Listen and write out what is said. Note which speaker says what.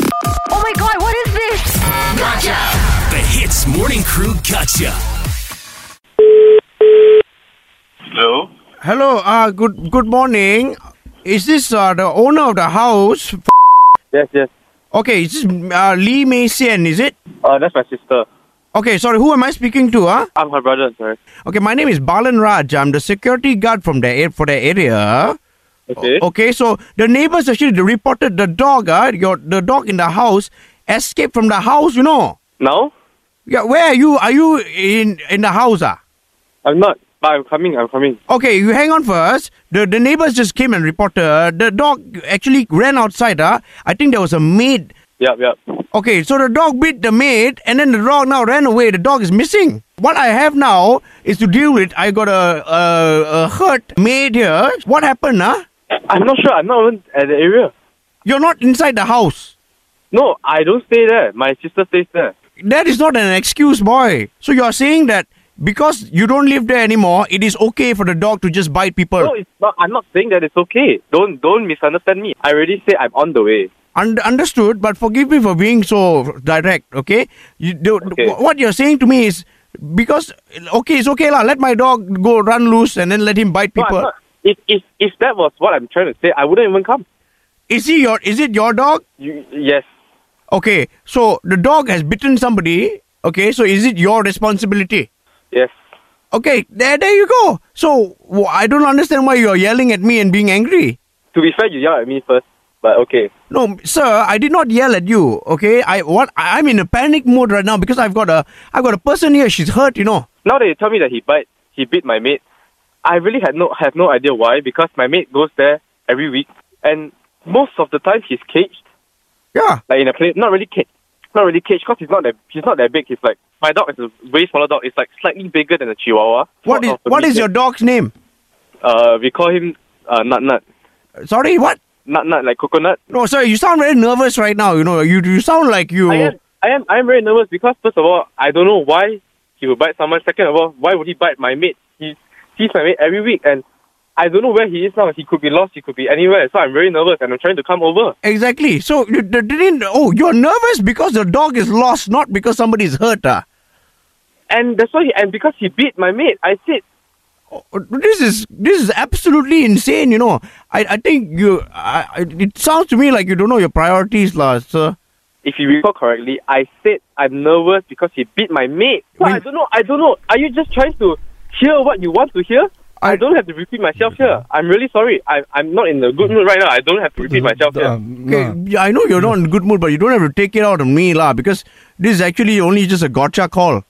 Speaker 1: Oh my god, what is this?
Speaker 2: The Hits Morning Crew Gotcha.
Speaker 3: Hello?
Speaker 4: Hello, uh, good good morning. Is this uh, the owner of the house?
Speaker 3: Yes, yes.
Speaker 4: Okay, is this uh, Lee Mei Xian, is it?
Speaker 3: Uh, that's my sister.
Speaker 4: Okay, sorry, who am I speaking to, huh?
Speaker 3: I'm her brother, sorry.
Speaker 4: Okay, my name is Balan Raj. I'm the security guard from the air for the area.
Speaker 3: Okay.
Speaker 4: Okay, so the neighbors actually reported the dog, uh, your the dog in the house escaped from the house, you know.
Speaker 3: Now?
Speaker 4: Yeah, where are you? Are you in in the house, ah?
Speaker 3: I'm not, but I'm coming, I'm coming.
Speaker 4: Okay, you hang on first. The the neighbors just came and reported the dog actually ran outside. Huh? I think there was a maid.
Speaker 3: Yep, yep.
Speaker 4: Okay, so the dog bit the maid, and then the dog now ran away. The dog is missing. What I have now is to deal with. I got a a, a hurt maid here. What happened? Huh?
Speaker 3: I'm not sure, I'm not even at the area.
Speaker 4: You're not inside the house.
Speaker 3: No, I don't stay there. My sister stays there.
Speaker 4: That is not an excuse, boy. So you are saying that because you don't live there anymore, it is okay for the dog to just bite people.
Speaker 3: No, it's not, I'm not saying that it's okay. Don't don't misunderstand me. I already said I'm on the way.
Speaker 4: Und- understood, but forgive me for being so direct, okay? You, the,
Speaker 3: Okay.
Speaker 4: wh- what you're saying to me is because, okay, it's okay, lah, let my dog go run loose and then let him bite
Speaker 3: No, I'm
Speaker 4: people.
Speaker 3: not. If, if, if that was what I'm trying to say, I wouldn't even come.
Speaker 4: is, he your, is it your dog?
Speaker 3: You, yes.
Speaker 4: Okay, so the dog has bitten somebody, okay, so is it your responsibility?
Speaker 3: Yes.
Speaker 4: Okay, there, there you go. So wh- I don't understand why you're yelling at me and being angry.
Speaker 3: To be fair, you yelled at me first, but okay.
Speaker 4: No, sir, I did not yell at you. Okay, I what I- I'm in a panic mode right now because I've got a I've got a person here. She's hurt, you know.
Speaker 3: Now that you tell me that he bite, he bit my mate, I really had no have no idea why because my mate goes there every week and most of the time he's caged,
Speaker 4: Yeah.
Speaker 3: like in a plane, not really caged, not really caged because he's not that he's not that big. He's like my dog is a way smaller dog. It's like slightly bigger than a Chihuahua. Sort
Speaker 4: What is
Speaker 3: of a
Speaker 4: what is your
Speaker 3: medium-
Speaker 4: dog's name?
Speaker 3: Uh, we call him uh nut nut
Speaker 4: Sorry, what?
Speaker 3: nut nut like coconut.
Speaker 4: No, sir, you sound very nervous right now. You know, you you sound like you.
Speaker 3: I am I am I am very nervous because first of all I don't know why he would bite someone. Second of all, why would he bite my mate? He sees my mate every week and I don't know where he is now. He could be lost. He could be anywhere. So I'm very nervous and I'm trying to come over.
Speaker 4: Exactly. So you d- didn't. Oh, you're nervous because the dog is lost, not because somebody's hurt. Ah,
Speaker 3: And that's why. He, and because he beat my mate, I said
Speaker 4: Oh, This is this is absolutely insane. You know, I I think you. I, I- it sounds to me like you don't know your priorities, lah, sir.
Speaker 3: if you recall correctly, I said I'm nervous because he beat my mate. So
Speaker 4: When-
Speaker 3: I don't know. I don't know. Are you just trying to hear what you want to hear? I,
Speaker 4: I-
Speaker 3: don't have to repeat myself here. I'm really sorry. I, I'm not in a good mood right now. I don't have to repeat myself here.
Speaker 4: Okay, I know you're not in good mood, but you don't have to take it out on me, lah, because this is actually only just a gotcha call.